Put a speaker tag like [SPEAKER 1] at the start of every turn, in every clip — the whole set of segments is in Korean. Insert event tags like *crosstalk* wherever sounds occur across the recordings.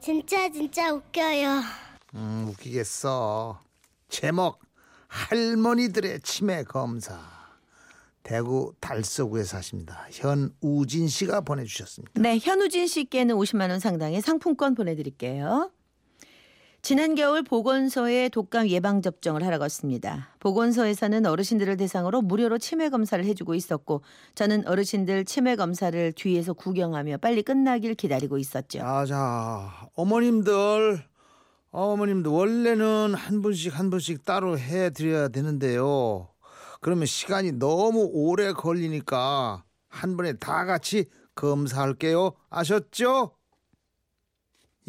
[SPEAKER 1] 진짜 진짜 웃겨요.
[SPEAKER 2] 음, 웃기겠어. 제목 할머니들의 치매 검사. 대구 달서구에 사십니다. 현우진 씨가 보내주셨습니다.
[SPEAKER 3] 네, 현우진 씨께는 50만 원 상당의 상품권 보내드릴게요. 지난 겨울 보건소에 독감 예방 접종을 하러 갔습니다. 보건소에서는 어르신들을 대상으로 무료로 치매 검사를 해주고 있었고, 저는 어르신들 치매 검사를 뒤에서 구경하며 빨리 끝나길 기다리고 있었죠.
[SPEAKER 2] 자, 자, 어머님들, 아, 어머님들 원래는 한 분씩 한 분씩 따로 해드려야 되는데요. 그러면 시간이 너무 오래 걸리니까 한 번에 다 같이 검사할게요. 아셨죠?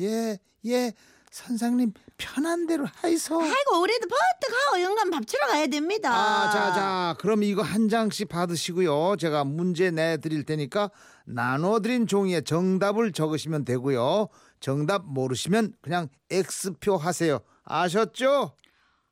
[SPEAKER 2] 예, 예, 선생님 편한 대로 하이소.
[SPEAKER 3] 아이고, 올해도 버뜩 하고 영감 밥 주러 가야 됩니다.
[SPEAKER 2] 아, 자, 자, 그럼 이거 한 장씩 받으시고요. 제가 문제 내드릴 테니까 나눠드린 종이에 정답을 적으시면 되고요. 정답 모르시면 그냥 X표 하세요. 아셨죠?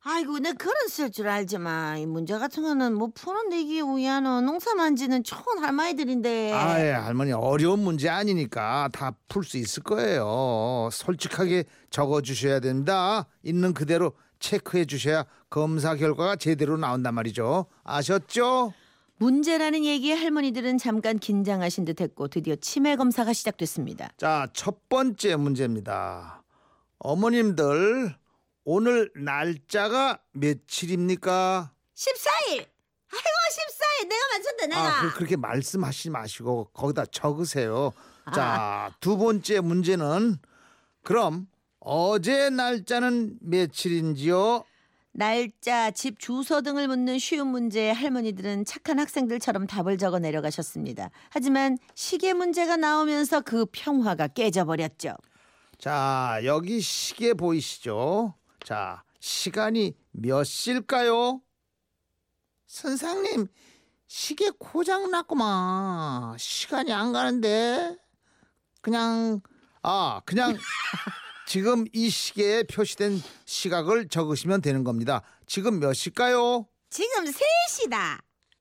[SPEAKER 3] 아이고, 내 그런 쓸 줄 알지만, 이 문제 같은 거는 뭐 풀어내기 위한 농사만 지는 좋은 할머니들인데.
[SPEAKER 2] 아예 할머니 어려운 문제 아니니까 다 풀 수 있을 거예요. 솔직하게 적어주셔야 됩니다. 있는 그대로 체크해 주셔야 검사 결과가 제대로 나온단 말이죠. 아셨죠?
[SPEAKER 3] 문제라는 얘기에 할머니들은 잠깐 긴장하신 듯했고 드디어 치매 검사가 시작됐습니다.
[SPEAKER 2] 자, 첫 번째 문제입니다. 어머님들, 오늘 날짜가 며칠입니까?
[SPEAKER 3] 14일. 아이고 14일 내가 맞췄다
[SPEAKER 2] 아, 그, 그렇게 말씀하시지 마시고 거기다 적으세요. 자, 두 번째 문제는 그럼 어제 날짜는 며칠인지요?
[SPEAKER 3] 날짜, 집 주소 등을 묻는 쉬운 문제에 할머니들은 착한 학생들처럼 답을 적어 내려가셨습니다. 하지만 시계 문제가 나오면서 그 평화가 깨져버렸죠.
[SPEAKER 2] 자, 여기 시계 보이시죠? 자, 시간이 몇 시일까요? 선생님, 시계 고장 났구만. 시간이 안 가는데. 그냥 아, 그냥 지금 이 시계에 표시된 시각을 적으시면 되는 겁니다. 지금 몇 시일까요?
[SPEAKER 3] 지금 3시다.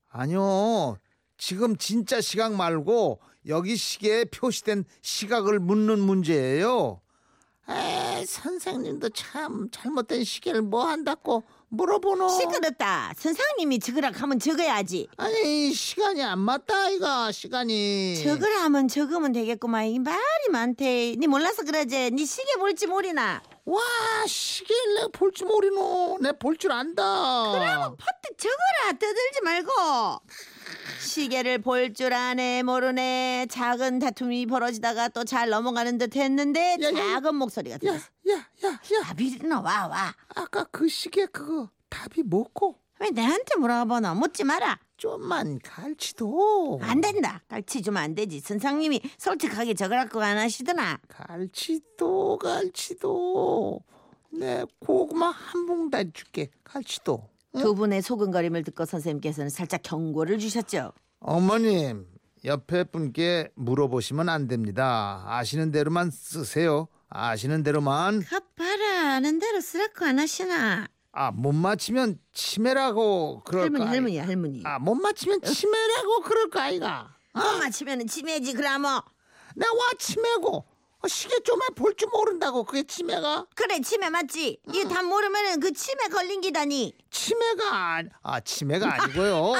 [SPEAKER 2] 아니요. 지금 진짜 시각 말고 여기 시계에 표시된 시각을 묻는 문제예요. 에 선생님도 참 잘못된 시계를 뭐 한다고 물어보노.
[SPEAKER 3] 시끄럽다. 선생님이 적으라 하면 적어야지.
[SPEAKER 2] 아니 시간이 안 맞다 이거 시간이.
[SPEAKER 3] 적으라면 적으면 되겠구만. 이 말이 많대. 니 몰라서 그러지. 니 시계 볼지 모르나.
[SPEAKER 2] 와 시계를 내가 볼 줄 모르노. 내 볼 줄 안다. 그럼
[SPEAKER 3] 퍼뜩 적어라 떠들지 말고 시계를 볼 줄 아네 모르네 작은 다툼이 벌어지다가 또 잘 넘어가는 듯 했는데
[SPEAKER 2] 야, 야, 야.
[SPEAKER 3] 작은 목소리가 들렸어
[SPEAKER 2] 야야야야
[SPEAKER 3] 아 미리나 와와
[SPEAKER 2] 아까 그 시계 그거 답이 뭐고
[SPEAKER 3] 왜 내한테 물어보나 묻지 마라
[SPEAKER 2] 좀만 갈치도.
[SPEAKER 3] 안 된다 깔치 주면 안 되지 선생님이 솔직하게 적으라고 안 하시더나
[SPEAKER 2] 갈치도 갈치도 내 고구마 한 봉다리 줄게 갈치도
[SPEAKER 3] 두 분의 소근거림을 듣고 선생님께서는 살짝 경고를 주셨죠
[SPEAKER 2] 어머님 옆에 분께 물어보시면 안 됩니다 아시는 대로만 쓰세요 아시는 대로만
[SPEAKER 3] 갓봐라 아는 대로 쓰라고 안 하시나
[SPEAKER 2] 아 못 맞히면 치매라고 그럴
[SPEAKER 3] 할머니
[SPEAKER 2] 거
[SPEAKER 3] 할머니 할머니
[SPEAKER 2] 아못 맞히면 치매라고 그럴 거 아이가
[SPEAKER 3] 못 맞히면 치매지 그라모
[SPEAKER 2] 내와 치매고 어, 시계 좀 해 볼 줄 모른다고 그게 치매가
[SPEAKER 3] 그래 치매 맞지? 이거 다 모르면은 그 치매 걸린 기다니.
[SPEAKER 2] 치매가 아니, 아 치매가 아니고요.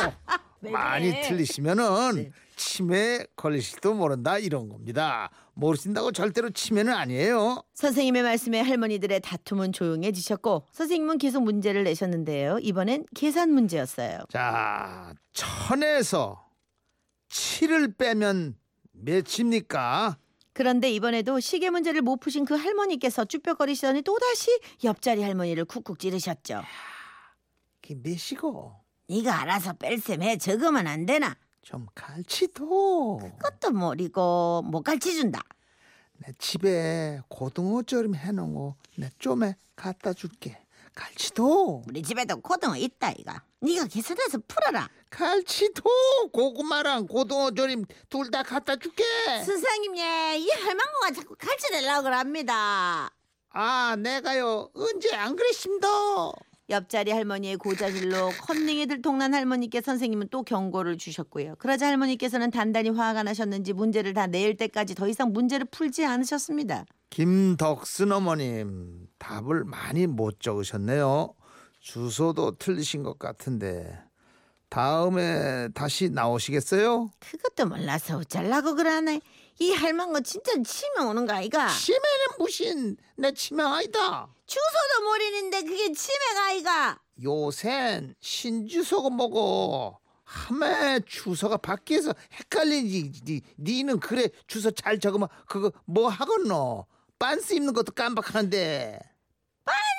[SPEAKER 2] 많이 틀리시면은 치매 걸리실지도 모른다 이런 겁니다. 모르신다고 절대로 치매는 아니에요.
[SPEAKER 3] 선생님의 말씀에 할머니들의 다툼은 조용해지셨고 선생님은 계속 문제를 내셨는데요. 이번엔 계산 문제였어요.
[SPEAKER 2] 자, 천에서 칠을 빼면 몇입니까?
[SPEAKER 3] 그런데 이번에도 시계 문제를 못 푸신 그 할머니께서 쭈뼛거리시더니 또다시 옆자리 할머니를 쿡쿡 찌르셨죠.
[SPEAKER 2] 그게 몇이고
[SPEAKER 3] 네가 알아서 뺄셈해 적으면 안 되나?
[SPEAKER 2] 좀 갈치도.
[SPEAKER 3] 그것도 모르고 못 가르쳐준다.
[SPEAKER 2] 내 집에 고등어 절임 해놓은 거내 좀에 갖다 줄게. 갈치도.
[SPEAKER 3] 우리 집에도 고등어 있다 이가. 네가 계산해서 풀어라.
[SPEAKER 2] 갈치도 고구마랑 고등어 조림 둘 다 갖다 줄게.
[SPEAKER 3] 선생님 예이 할망구가 자꾸 가르쳐달라고 합니다.
[SPEAKER 2] 아 내가요 언제 안 그랬습니다.
[SPEAKER 3] 옆자리 할머니의 고자질로 컨닝에 들통난 할머니께 선생님은 또 경고를 주셨고요. 그러자 할머니께서는 단단히 화가 나셨는지 문제를 다 내일 때까지 더 이상 문제를 풀지 않으셨습니다.
[SPEAKER 2] 김덕순 어머님 답을 많이 못 적으셨네요. 주소도 틀리신 것 같은데 다음에 다시 나오시겠어요?
[SPEAKER 3] 그것도 몰라서 어쩌려고 그러네. 이 할망거 진짜 치명 오는 거 아이가?
[SPEAKER 2] 치매는 무신 내 치명 아이다.
[SPEAKER 3] 주소도 모르는데 그게 치매가 아이가?
[SPEAKER 2] 요샌 신주소고 뭐고 하매 주소가 바뀌어서 헷갈리지 니- 니는 그래 주소 잘 적으면 그거 뭐 하겠노 빤스 입는 것도 깜빡하는데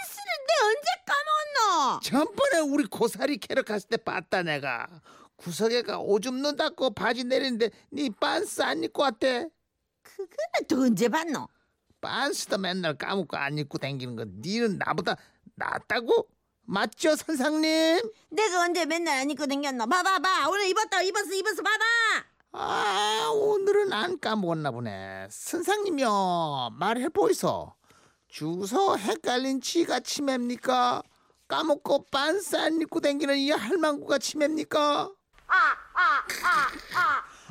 [SPEAKER 3] 쓰는데 언제 까먹었노?
[SPEAKER 2] 전번에 우리 고사리 캐럿 갔을 때 봤다 내가 구석에가 오줌 눈닦고 바지 내리는데 니 빤스 안 입고 왔대
[SPEAKER 3] 그거는 또 언제 봤노?
[SPEAKER 2] 빤스도 맨날 까먹고 안 입고 댕기는 건 니는 나보다 낫다고? 맞죠 선상님?
[SPEAKER 3] 내가 언제 맨날 안 입고 댕겼노? 봐봐봐 오늘 입었다 입었어 입었어 봐봐.
[SPEAKER 2] 아 오늘은 안 까먹었나 보네 선생님이요 말해 보이소 주소 헷갈린 지가 치매입니까 까먹고 빤스 안 입고 댕기는 이 할망구가 치매입니까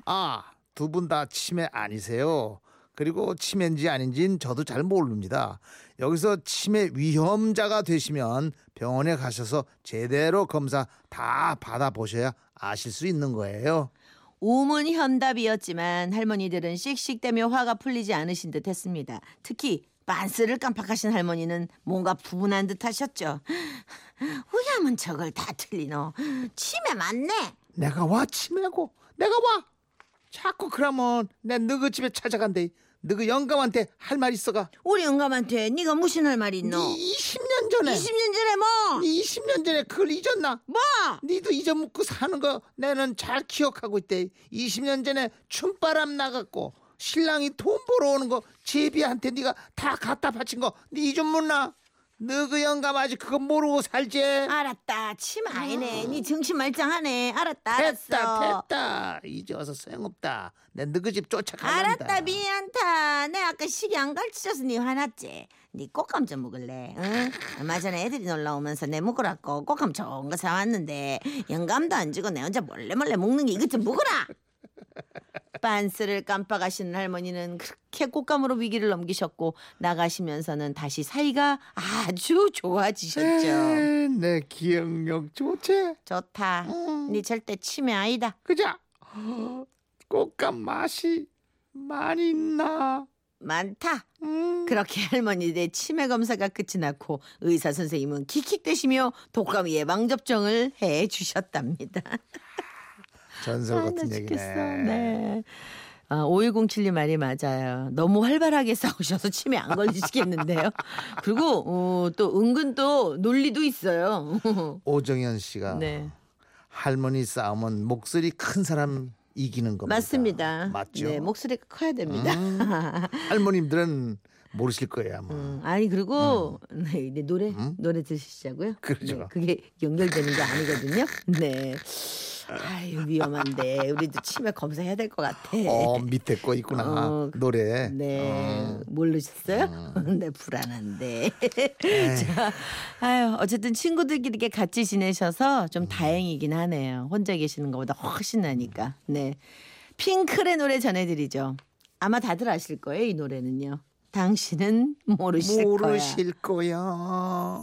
[SPEAKER 2] 아 두 분 다 치매 아니세요 그리고 치매인지 아닌진 저도 잘 모릅니다 여기서 치매 위험자가 되시면 병원에 가셔서 제대로 검사 다 받아보셔야 아실 수 있는 거예요.
[SPEAKER 3] 우문 현답이었지만 할머니들은 씩씩대며 화가 풀리지 않으신 듯했습니다. 특히 빤스를 깜빡하신 할머니는 뭔가 부분한 듯하셨죠. 왜냐면 저걸 다 틀리노. 치매 맞네.
[SPEAKER 2] 내가 와 치매고 내가 와 자꾸 그러면 내 너그 집에 찾아간대 너그 영감한테 할 말 있어가
[SPEAKER 3] 우리 영감한테 네가 무신할 말이 있노?
[SPEAKER 2] 니 20년 전에
[SPEAKER 3] 20년 전에 뭐?
[SPEAKER 2] 니 20년 전에 그걸 잊었나
[SPEAKER 3] 뭐?
[SPEAKER 2] 니도 잊어먹고 사는 거 내는 잘 기억하고 있대 20년 전에 춤바람 나갔고 신랑이 돈 벌어오는 거 제비한테 니가 다 갖다 바친 거니좀 묻나 너그 영감 아직 그거 모르고 살지
[SPEAKER 3] 아, 알았다. 치마 아니네. 네 정신 말짱하네. 알았다.
[SPEAKER 2] 됐다
[SPEAKER 3] 알았어.
[SPEAKER 2] 됐다 이제 와서 소용없다 내 너그 집 쫓아가란다
[SPEAKER 3] 알았다. 미안타. 내가 아까 시계 안 가르쳐줘서 네 화났지. 네 꽃감 좀 먹을래. 응? 얼마 전에 애들이 놀러 오면서 내 먹으라고 꽃감 좋은 거 사왔는데 영감도 안 주고 내 혼자 몰래 몰래 먹는 게 이것 좀 먹어라. 빤스를 깜빡하시는 할머니는 그렇게 꽃감으로 위기를 넘기셨고 나가시면서는 다시 사이가 아주 좋아지셨죠.
[SPEAKER 2] 에이, 내 기억력 좋지?
[SPEAKER 3] 좋다.
[SPEAKER 2] 음,
[SPEAKER 3] 네 절대 치매 아니다.
[SPEAKER 2] 그자 꽃감 맛이 많이 있나?
[SPEAKER 3] 많다.
[SPEAKER 2] 음.
[SPEAKER 3] 그렇게 *laughs* 할머니들의 치매 검사가 끝이 났고 의사 선생님은 킥킥대시며 독감 예방 접종을
[SPEAKER 2] *laughs*
[SPEAKER 3] 해 주셨답니다.
[SPEAKER 2] 전설 같은 얘기네.
[SPEAKER 3] 네. 아, 5107님 말이 맞아요. 너무 활발하게 *laughs* 싸우셔서 치매 안 걸리시겠는데요. 그리고 어, 또 은근 또 논리도 있어요. *laughs*
[SPEAKER 2] 오정현 씨가
[SPEAKER 3] 네.
[SPEAKER 2] 할머니 싸움은 목소리 큰 사람 이기는 겁니다.
[SPEAKER 3] 맞습니다.
[SPEAKER 2] 그러니까. 맞죠?
[SPEAKER 3] 네, 목소리가 커야 됩니다.
[SPEAKER 2] 음. 할머님들은 모르실 거예요 아마.
[SPEAKER 3] 음, 아니 그리고 *laughs* 네, 네, 노래 노래 들으시자고요.
[SPEAKER 2] 음. 그러죠.
[SPEAKER 3] 네, 그게 연결되는 게 아니거든요. 네. 아유 위험한데 우리도 치매 검사해야 될 것 같아.
[SPEAKER 2] 어 밑에 거 있구나
[SPEAKER 3] 어, 그-
[SPEAKER 2] 노래.
[SPEAKER 3] 네,
[SPEAKER 2] 어.
[SPEAKER 3] 모르셨어요? *laughs* 네, 불안한데. 자, 아유, 어쨌든 친구들끼리 같이 지내셔서
[SPEAKER 2] 음.
[SPEAKER 3] 좀 다행이긴 하네요. 혼자 계시는 것보다 훨씬 나니까.
[SPEAKER 2] 음.
[SPEAKER 3] 네. 핑클의 노래 전해드리죠. 아마 다들 아실 거예요, 이 노래는요. 당신은 모르실 거야.
[SPEAKER 2] 모르실 거야.